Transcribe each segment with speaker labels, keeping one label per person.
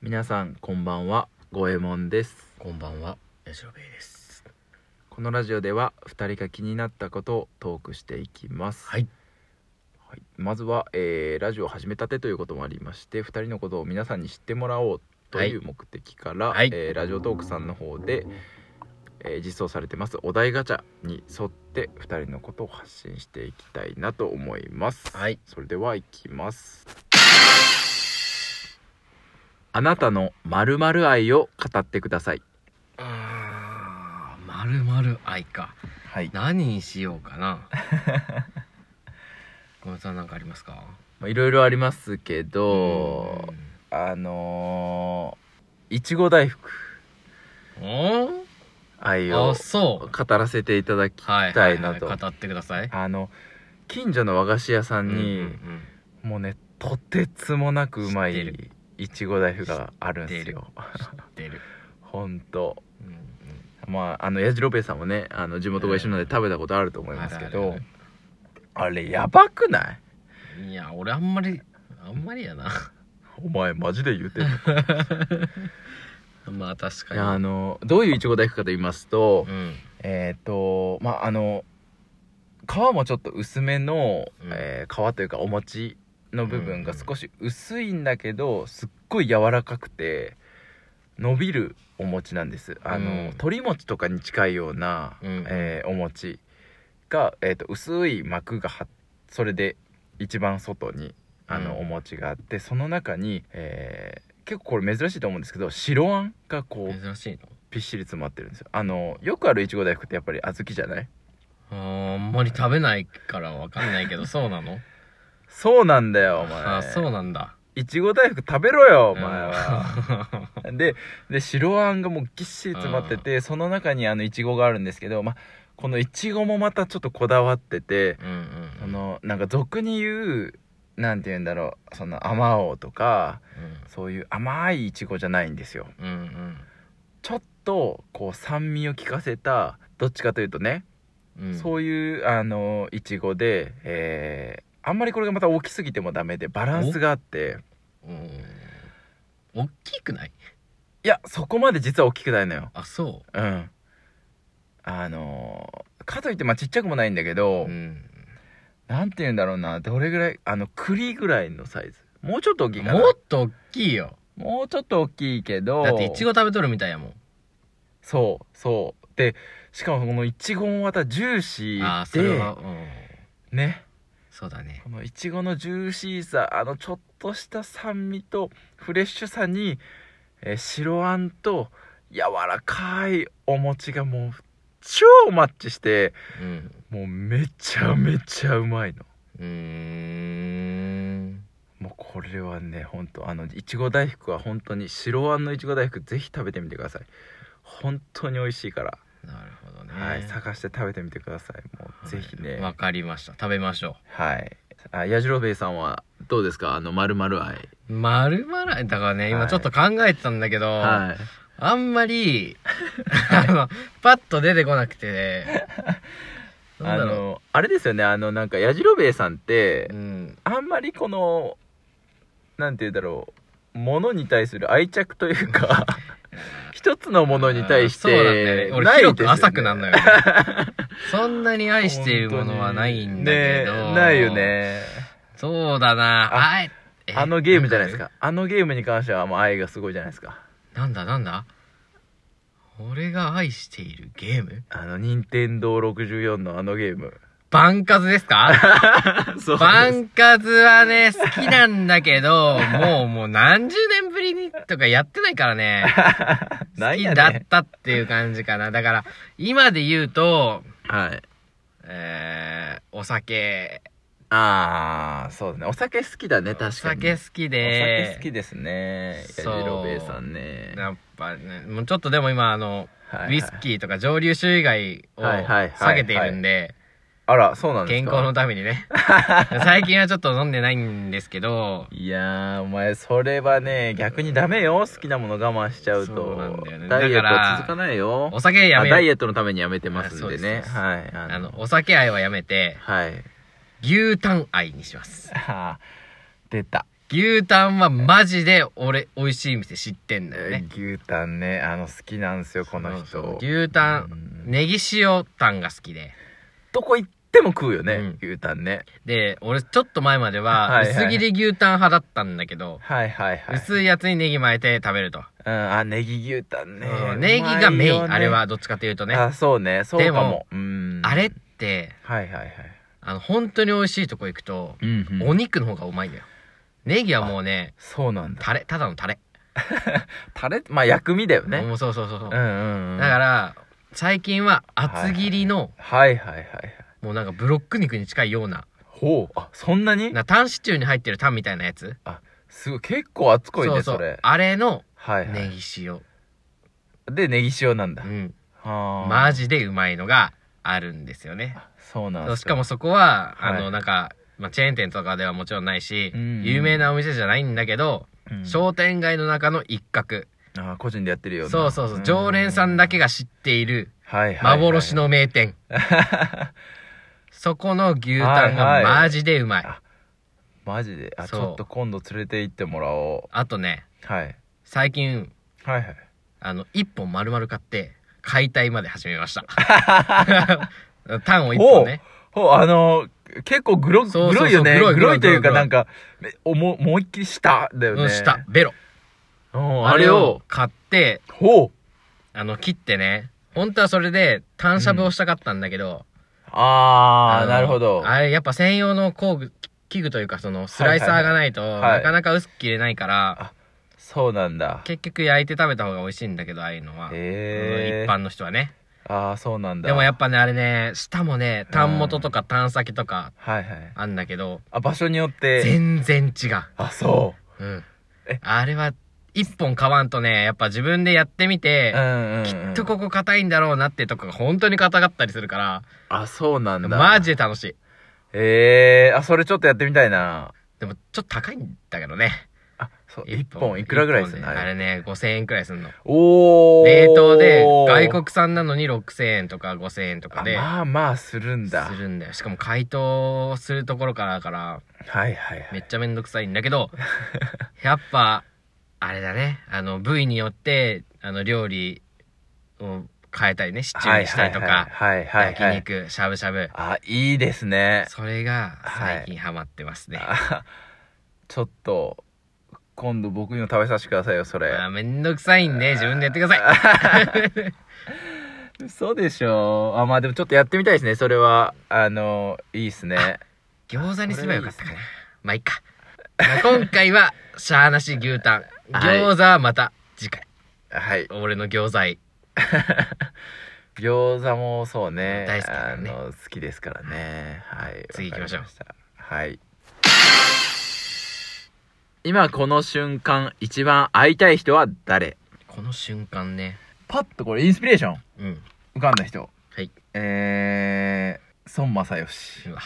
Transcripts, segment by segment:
Speaker 1: 皆さんこんばんは五右衛門です
Speaker 2: こんばんは、吉野兵衛です。
Speaker 1: このラジオでは2人が気になったことをトークしていきます、
Speaker 2: はい、
Speaker 1: はいまずは、えーラジオを始めたてということもありまして2人のことを皆さんに知ってもらおうという目的から、
Speaker 2: はい
Speaker 1: えーラジオトークさんの方で、えー実装されてますお題ガチャに沿って2人のことを発信していきたいなと思います、
Speaker 2: はい、
Speaker 1: それではいきますあなたの〇〇愛を語ってください
Speaker 2: あー、まるまる愛か。
Speaker 1: はい、
Speaker 2: 何にしようか な。小松さんなんかありますか。
Speaker 1: まあ、いろいろありますけど、
Speaker 2: うん
Speaker 1: あのー、いちご大福
Speaker 2: お
Speaker 1: 愛
Speaker 2: ー
Speaker 1: を
Speaker 2: あ、そう。
Speaker 1: 語らせていただき
Speaker 2: はい、
Speaker 1: た
Speaker 2: はいい、
Speaker 1: な
Speaker 2: はい、
Speaker 1: と、
Speaker 2: 語ってください。
Speaker 1: あの近所の和菓子屋さ
Speaker 2: うん
Speaker 1: に、
Speaker 2: ん
Speaker 1: もうねとてつもなくうま
Speaker 2: 知って
Speaker 1: い
Speaker 2: る
Speaker 1: いちご大福があるんですよ
Speaker 2: うん、出る。
Speaker 1: ほんと
Speaker 2: うんうん
Speaker 1: まああのやじろべえさんもねあの地元が一緒なので食べたことあると思いますけど、
Speaker 2: ある
Speaker 1: あれやばくない
Speaker 2: あるいや、俺あんまり、あんまりやな。
Speaker 1: お前マジで言うてる
Speaker 2: まあ、確
Speaker 1: いや
Speaker 2: か
Speaker 1: あ
Speaker 2: に。
Speaker 1: のどういういちご大福かと言いますと、
Speaker 2: うん、
Speaker 1: えっ、とまああの皮もちょっと薄めの、
Speaker 2: うん
Speaker 1: えー皮というかお餅の部分が
Speaker 2: うんうん
Speaker 1: 少し薄いんだけどすっごい柔らかくて伸びるお餅なんですあの、
Speaker 2: うん
Speaker 1: 鶏餅とかに近いような、
Speaker 2: うん
Speaker 1: えーお餅が、えー、と薄い膜がはそれで一番外にあの、
Speaker 2: うん
Speaker 1: お餅があってその中に、えー結構これ珍しいと思うんですけど白あんがこう
Speaker 2: 珍しいの。
Speaker 1: ぴっしり詰まってるんですよあのよくあるいちご大福ってやっぱり小豆じゃない
Speaker 2: あーあんまり食べないからわかんないけど、そうなの
Speaker 1: そうなんだよお前
Speaker 2: あーそうなんだ。
Speaker 1: いちご大福食べろよお前は、
Speaker 2: は。
Speaker 1: でで白あんがもうぎっしり詰まっててその中にあのいちごがあるんですけど、ま、このいちごもまたちょっとこだわってて
Speaker 2: うんうん
Speaker 1: そのなんか俗に言うなんて言うんだろうそのあまおうとかそういう甘いいちごじゃないんですよ
Speaker 2: うんうんうん
Speaker 1: ちょっとこう酸味を効かせたどっちかというとね
Speaker 2: うん
Speaker 1: そういうあのいちごで、えーあんまりこれがまた大きすぎてもダメでバランスがあって
Speaker 2: うん大きくない
Speaker 1: いやそこまで実は大きくないのよ
Speaker 2: あそ
Speaker 1: うんあのーかといってまあちっちゃくもないんだけど、
Speaker 2: ううん
Speaker 1: なんて言うんだろうなどれぐらいあの栗ぐらいのサイズもうちょっと大きいかな
Speaker 2: もっと大きいよ
Speaker 1: もうちょっと大きいけど
Speaker 2: だっていちご食べとるみたいやもん
Speaker 1: そうそうでしかもこのいちごもまたジューシ
Speaker 2: あー
Speaker 1: ー
Speaker 2: それ
Speaker 1: で
Speaker 2: はうん
Speaker 1: ね
Speaker 2: そうだね
Speaker 1: このいちごのジューシーさあのちょっとした酸味とフレッシュさに、えー白あんと柔らかいお餅がもう超マッチして
Speaker 2: うん
Speaker 1: もうめちゃめちゃうまいの
Speaker 2: うーん
Speaker 1: もうこれはねほんとあのいちご大福は本当に白あんのいちご大福ぜひ食べてみてください本当に美味しいから、
Speaker 2: なるほどね
Speaker 1: はい探して食べてみてくださいもうぜひね、
Speaker 2: わかりました食べましょ
Speaker 1: はいあやじろべえさんはどうですかあの丸々愛
Speaker 2: うまるまらだからね
Speaker 1: は
Speaker 2: 今
Speaker 1: い
Speaker 2: ちょっと考えてたんだけどあ
Speaker 1: はい
Speaker 2: んまりあのパッと出てこなくてな
Speaker 1: あ
Speaker 2: んだろ
Speaker 1: のあれですよねあのなんかやじろべえさんって
Speaker 2: ううん
Speaker 1: あんまりこのなんて言うんだろうものに対する愛着という か一つのものに対し
Speaker 2: あーそうなんだよ
Speaker 1: て
Speaker 2: ね俺広
Speaker 1: ですよ
Speaker 2: く
Speaker 1: ね
Speaker 2: 浅くなんのよ、ね、 そんなに愛しているものはないんだけど、
Speaker 1: 本当にねないよね
Speaker 2: そうだな
Speaker 1: あ
Speaker 2: あえ
Speaker 1: あのゲームじゃないです
Speaker 2: ん
Speaker 1: かあのゲームに関してはもう愛がすごいじゃないですか
Speaker 2: かなんだなんだ俺が愛しているゲーム
Speaker 1: あの任天堂64のあのゲー ム
Speaker 2: バンカズですか
Speaker 1: そう
Speaker 2: バンカズはね、好きなんだけど、もうもう何十年ぶりにとかやってないからね、
Speaker 1: な
Speaker 2: 好
Speaker 1: ん
Speaker 2: き
Speaker 1: や
Speaker 2: だっ
Speaker 1: ね
Speaker 2: たっていう感じかな。だから、今で言うと、
Speaker 1: はい
Speaker 2: えー、お酒
Speaker 1: ああそうだねお酒好きだね確かに
Speaker 2: お酒好きで
Speaker 1: お酒好きですねやじ
Speaker 2: そう
Speaker 1: ろべえさんね
Speaker 2: やっぱねもうちょっとでも今あの、
Speaker 1: はいはい
Speaker 2: ウイスキーとか蒸留酒以外を
Speaker 1: はいはいはい
Speaker 2: 下げているんで、
Speaker 1: あらそうなんです
Speaker 2: 健
Speaker 1: か
Speaker 2: 康のため にね最近はちょっと飲んでないんですけど
Speaker 1: いやーお前それはね逆にダメよ好きなもの我慢しちゃうと
Speaker 2: そうなんだよね
Speaker 1: ダイエッ
Speaker 2: だか
Speaker 1: ト
Speaker 2: ら
Speaker 1: 続かないよ
Speaker 2: お酒や
Speaker 1: あ
Speaker 2: め
Speaker 1: ダイ
Speaker 2: る
Speaker 1: エットのためにやめてますんでね
Speaker 2: あそうです
Speaker 1: はいあ
Speaker 2: あのお酒愛はやめて
Speaker 1: はい
Speaker 2: 牛タン愛にします
Speaker 1: あー出た
Speaker 2: 牛タンはマジで俺美味しい店知ってんだよね
Speaker 1: 牛タンねあの好きなんですよこの
Speaker 2: そ
Speaker 1: 人
Speaker 2: うそう牛タン
Speaker 1: うん
Speaker 2: ネギ塩タンが好きで
Speaker 1: どこ行っても食うよね、
Speaker 2: うん
Speaker 1: 牛タンね
Speaker 2: で俺ちょっと前までは
Speaker 1: はいはい
Speaker 2: 薄切り牛タン派だったんだけど、
Speaker 1: はいはいはい
Speaker 2: 薄いやつにネギ巻いて食べると、
Speaker 1: うん、あネギ牛タンね
Speaker 2: うんネギがメイン、
Speaker 1: うまいよね
Speaker 2: あれはどっちかというとねあ
Speaker 1: あそうねそうかも
Speaker 2: でも
Speaker 1: うん
Speaker 2: れって
Speaker 1: はいはいはい
Speaker 2: あの本当に美味しいとこ行くと、
Speaker 1: うん、
Speaker 2: お肉の方がうまいんだよネギはもうね
Speaker 1: そうなんだ
Speaker 2: タレただのタレ
Speaker 1: タレまあ薬味だよね
Speaker 2: もうそうそうそうそう、
Speaker 1: うんうん、うん、
Speaker 2: だから最近は厚切りの、
Speaker 1: はいはいはいはい
Speaker 2: もうなんかブロック肉に近いような
Speaker 1: ほうあそんなに
Speaker 2: なタンシチューに入ってるタンみたいなやつ
Speaker 1: すごい結構熱こいね
Speaker 2: そ
Speaker 1: そう
Speaker 2: そう
Speaker 1: れ
Speaker 2: あれの
Speaker 1: はいはい、
Speaker 2: ネギ塩、
Speaker 1: でネギ塩なんだ、
Speaker 2: うん、
Speaker 1: はあ
Speaker 2: マジでうまいのがあるんですよね
Speaker 1: そうなん
Speaker 2: そ
Speaker 1: で
Speaker 2: う
Speaker 1: す
Speaker 2: しか
Speaker 1: よ
Speaker 2: もそこは、
Speaker 1: は
Speaker 2: あの
Speaker 1: い
Speaker 2: なんか、まあ、チェーン店とかではもちろんないし、
Speaker 1: うん
Speaker 2: 有名なお店じゃないんだけど、
Speaker 1: うん
Speaker 2: 商店街の中の一角、
Speaker 1: あ個人でやってるよな
Speaker 2: そうそうそう常連さんだけが知っている
Speaker 1: はいはいはい
Speaker 2: 幻の 名店、そこの牛タン
Speaker 1: は
Speaker 2: が
Speaker 1: いはい
Speaker 2: マジでうまい、
Speaker 1: あマジであち
Speaker 2: そう
Speaker 1: ょっと今度連れて行ってもらお
Speaker 2: あとね
Speaker 1: う、はい、
Speaker 2: 最近
Speaker 1: はいはい
Speaker 2: あの1本丸々買って解体まで始めました タンを1本ね
Speaker 1: ほうあのー結構グロ
Speaker 2: そうそう
Speaker 1: グ
Speaker 2: そう
Speaker 1: ロいよね
Speaker 2: グロい
Speaker 1: グロいという
Speaker 2: グロい
Speaker 1: か
Speaker 2: グロい
Speaker 1: なんかめおももう一気しただよ
Speaker 2: う
Speaker 1: ね
Speaker 2: んしたベロ
Speaker 1: うん
Speaker 2: あ
Speaker 1: あ
Speaker 2: れ
Speaker 1: れ
Speaker 2: を
Speaker 1: を
Speaker 2: 買って
Speaker 1: ほう
Speaker 2: あの切ってね本当はそれで単しゃぶをしたかったんだけど、
Speaker 1: あ
Speaker 2: あ
Speaker 1: あ
Speaker 2: の
Speaker 1: なるほど
Speaker 2: あれやっぱ専用の工具器具というかそのスライサーがないと
Speaker 1: いはいはい
Speaker 2: なかなか薄く切れないから、
Speaker 1: そうなんだ
Speaker 2: 結局焼いて食べた方が美味しいんだけどああいうのは、
Speaker 1: へえ
Speaker 2: うん一般の人はね
Speaker 1: ああそうなんだ
Speaker 2: でもやっぱねあれね舌もね単元とか単先とか
Speaker 1: はいはい
Speaker 2: あんだけど、
Speaker 1: あ場所によって
Speaker 2: 全然違う
Speaker 1: あそ
Speaker 2: うん
Speaker 1: え
Speaker 2: あれは一本買わんとねやっぱ自分でやってみ
Speaker 1: う
Speaker 2: て
Speaker 1: う、んうんうん
Speaker 2: きっとここ硬いんだろうなってとこが本当に硬かったりするから
Speaker 1: あそうなんだ
Speaker 2: マジで楽しい
Speaker 1: ええあそれちょっとやってみたいな
Speaker 2: でもちょっと高いんだけどね
Speaker 1: あそう一本いくらぐらいするの
Speaker 2: 一本であれね5000円くらいするの
Speaker 1: おお
Speaker 2: 冷凍で外国産なのに6000円とか5000円とか
Speaker 1: あ
Speaker 2: で
Speaker 1: まあまあするんだ
Speaker 2: するんだよしかも解凍するところからだから
Speaker 1: はいはいは
Speaker 2: め
Speaker 1: い
Speaker 2: っちゃめんどくさいんだ けどやっぱあれだねあの部位によってあの料理を変えたりねシチューにしたりとか
Speaker 1: はいはいはい
Speaker 2: 焼
Speaker 1: はいはい
Speaker 2: 肉しゃぶしゃぶ
Speaker 1: あいいですね
Speaker 2: それが最近ハマってますね、
Speaker 1: あちょっと今度僕にも食べさせてくださいよそれ
Speaker 2: まあ、めんどくさいんで自分でやってください
Speaker 1: 嘘でしょあまあでもちょっとやってみたいですねそれはあのいいっすね
Speaker 2: 餃子にすればよかったかな
Speaker 1: これいいで
Speaker 2: まあいいか、 まあ今回はしゃーなし牛タン
Speaker 1: はい
Speaker 2: 餃子はまた次回
Speaker 1: はい
Speaker 2: 俺の餃子愛
Speaker 1: 餃子もそうね
Speaker 2: 大好きだからね
Speaker 1: あの好きですからねはい
Speaker 2: 次行きましょう
Speaker 1: わかりたはい今この瞬間一番会いたい人は誰
Speaker 2: この瞬間ね
Speaker 1: パッとこれインスピレーション
Speaker 2: うん
Speaker 1: 浮かんだ人
Speaker 2: はい
Speaker 1: えー孫正義
Speaker 2: うわ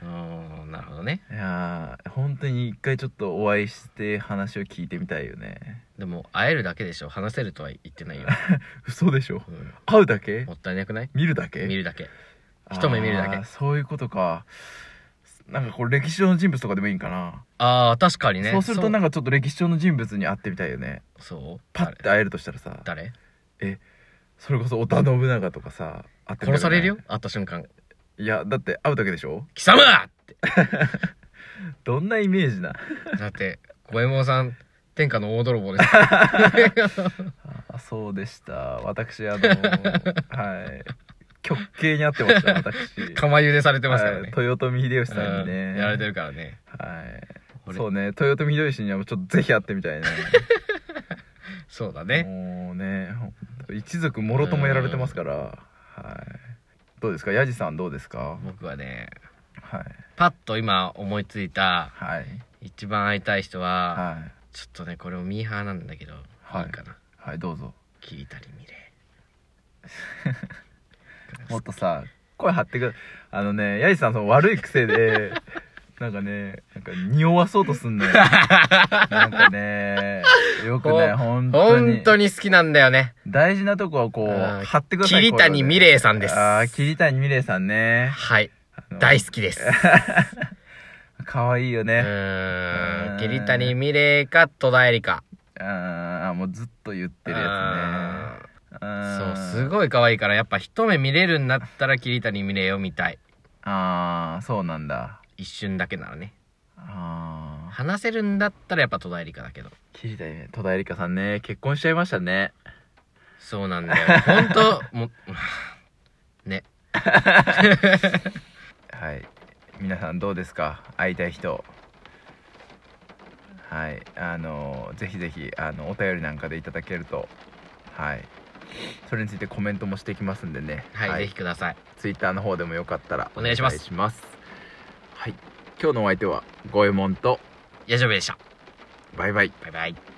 Speaker 2: うーんなるほどね
Speaker 1: いやー本当に一回ちょっとお会いして話を聞いてみたいよね
Speaker 2: でも会えるだけでしょ話せるとは言ってないよ、
Speaker 1: 嘘でしょ
Speaker 2: うん
Speaker 1: 会うだけ
Speaker 2: もったいなくない
Speaker 1: 見るだけ
Speaker 2: 見るだけ一目見るだけ
Speaker 1: あーそういうことかなんかこれ歴史上の人物とかでもいいんかな、
Speaker 2: あー確かにね
Speaker 1: そうするとなんかちょっと歴史上の人物に会ってみたいよね
Speaker 2: そうそう
Speaker 1: パッて会えるとしたらさ
Speaker 2: 誰
Speaker 1: それこそ織田信長とかさ会ってみた
Speaker 2: 殺
Speaker 1: くない
Speaker 2: されるよ会った瞬間
Speaker 1: いやだって会うだけでしょ
Speaker 2: 貴様だ
Speaker 1: どんなイメージな
Speaker 2: だって五右衛門さん天下の大泥棒です
Speaker 1: あそうでした私 あのはい極刑に会ってました私
Speaker 2: 釜茹でされてますから
Speaker 1: は
Speaker 2: ね
Speaker 1: い、豊臣秀吉さんに
Speaker 2: う
Speaker 1: ね
Speaker 2: んやられてるからね
Speaker 1: はい
Speaker 2: 俺
Speaker 1: そうね豊臣秀吉にはちょっとぜひ会ってみたいね
Speaker 2: そうだ ね
Speaker 1: もうねほんと一族もろともやられてますからはいどうですかやじさんどうですか
Speaker 2: 僕はね
Speaker 1: はい
Speaker 2: パッと今思いついた
Speaker 1: はい
Speaker 2: 一番会いたい人は
Speaker 1: はい
Speaker 2: ちょっとねこれもミーハーなんだけど、
Speaker 1: はい
Speaker 2: いいかな
Speaker 1: はいどうぞ
Speaker 2: 桐谷美玲
Speaker 1: もっとさ声張ってくあのねやじさんその悪い癖で なんかねなんか匂わそうとすんのよなんかねよくね
Speaker 2: ほ
Speaker 1: 本当に
Speaker 2: 本当に好きなんだよね
Speaker 1: 大事なとこはこう
Speaker 2: あー
Speaker 1: 張ってください
Speaker 2: 桐谷美玲さんです
Speaker 1: ああー桐谷美玲さんね
Speaker 2: はい
Speaker 1: あの
Speaker 2: 大好きです
Speaker 1: 可愛いよ
Speaker 2: う
Speaker 1: ね
Speaker 2: ー
Speaker 1: うんん
Speaker 2: 桐谷美玲か戸田恵梨香
Speaker 1: ああもうずっと言ってるやつね
Speaker 2: う
Speaker 1: あ
Speaker 2: んそうすごい可愛いからやっぱ一目見れるんだったら桐谷美玲を見たい
Speaker 1: ああそうなんだ
Speaker 2: 一瞬だけならね
Speaker 1: ああ
Speaker 2: 話せるんだったらやっぱ戸田恵梨香だけど
Speaker 1: 桐谷ね戸田恵梨香さんね結婚しちゃいましたね
Speaker 2: そうなんだよ本当もう
Speaker 1: はい皆さんどうですか会いたい人はいあのぜひぜひあのお便りなんかでいただけるとはいそれについてコメントもしていきますんでね
Speaker 2: はい、ぜひください
Speaker 1: ツイッターの方でもよかったら
Speaker 2: お願いします
Speaker 1: はい今日のお相手は五右衛門と
Speaker 2: 矢部でした
Speaker 1: バイバイ
Speaker 2: バイバイ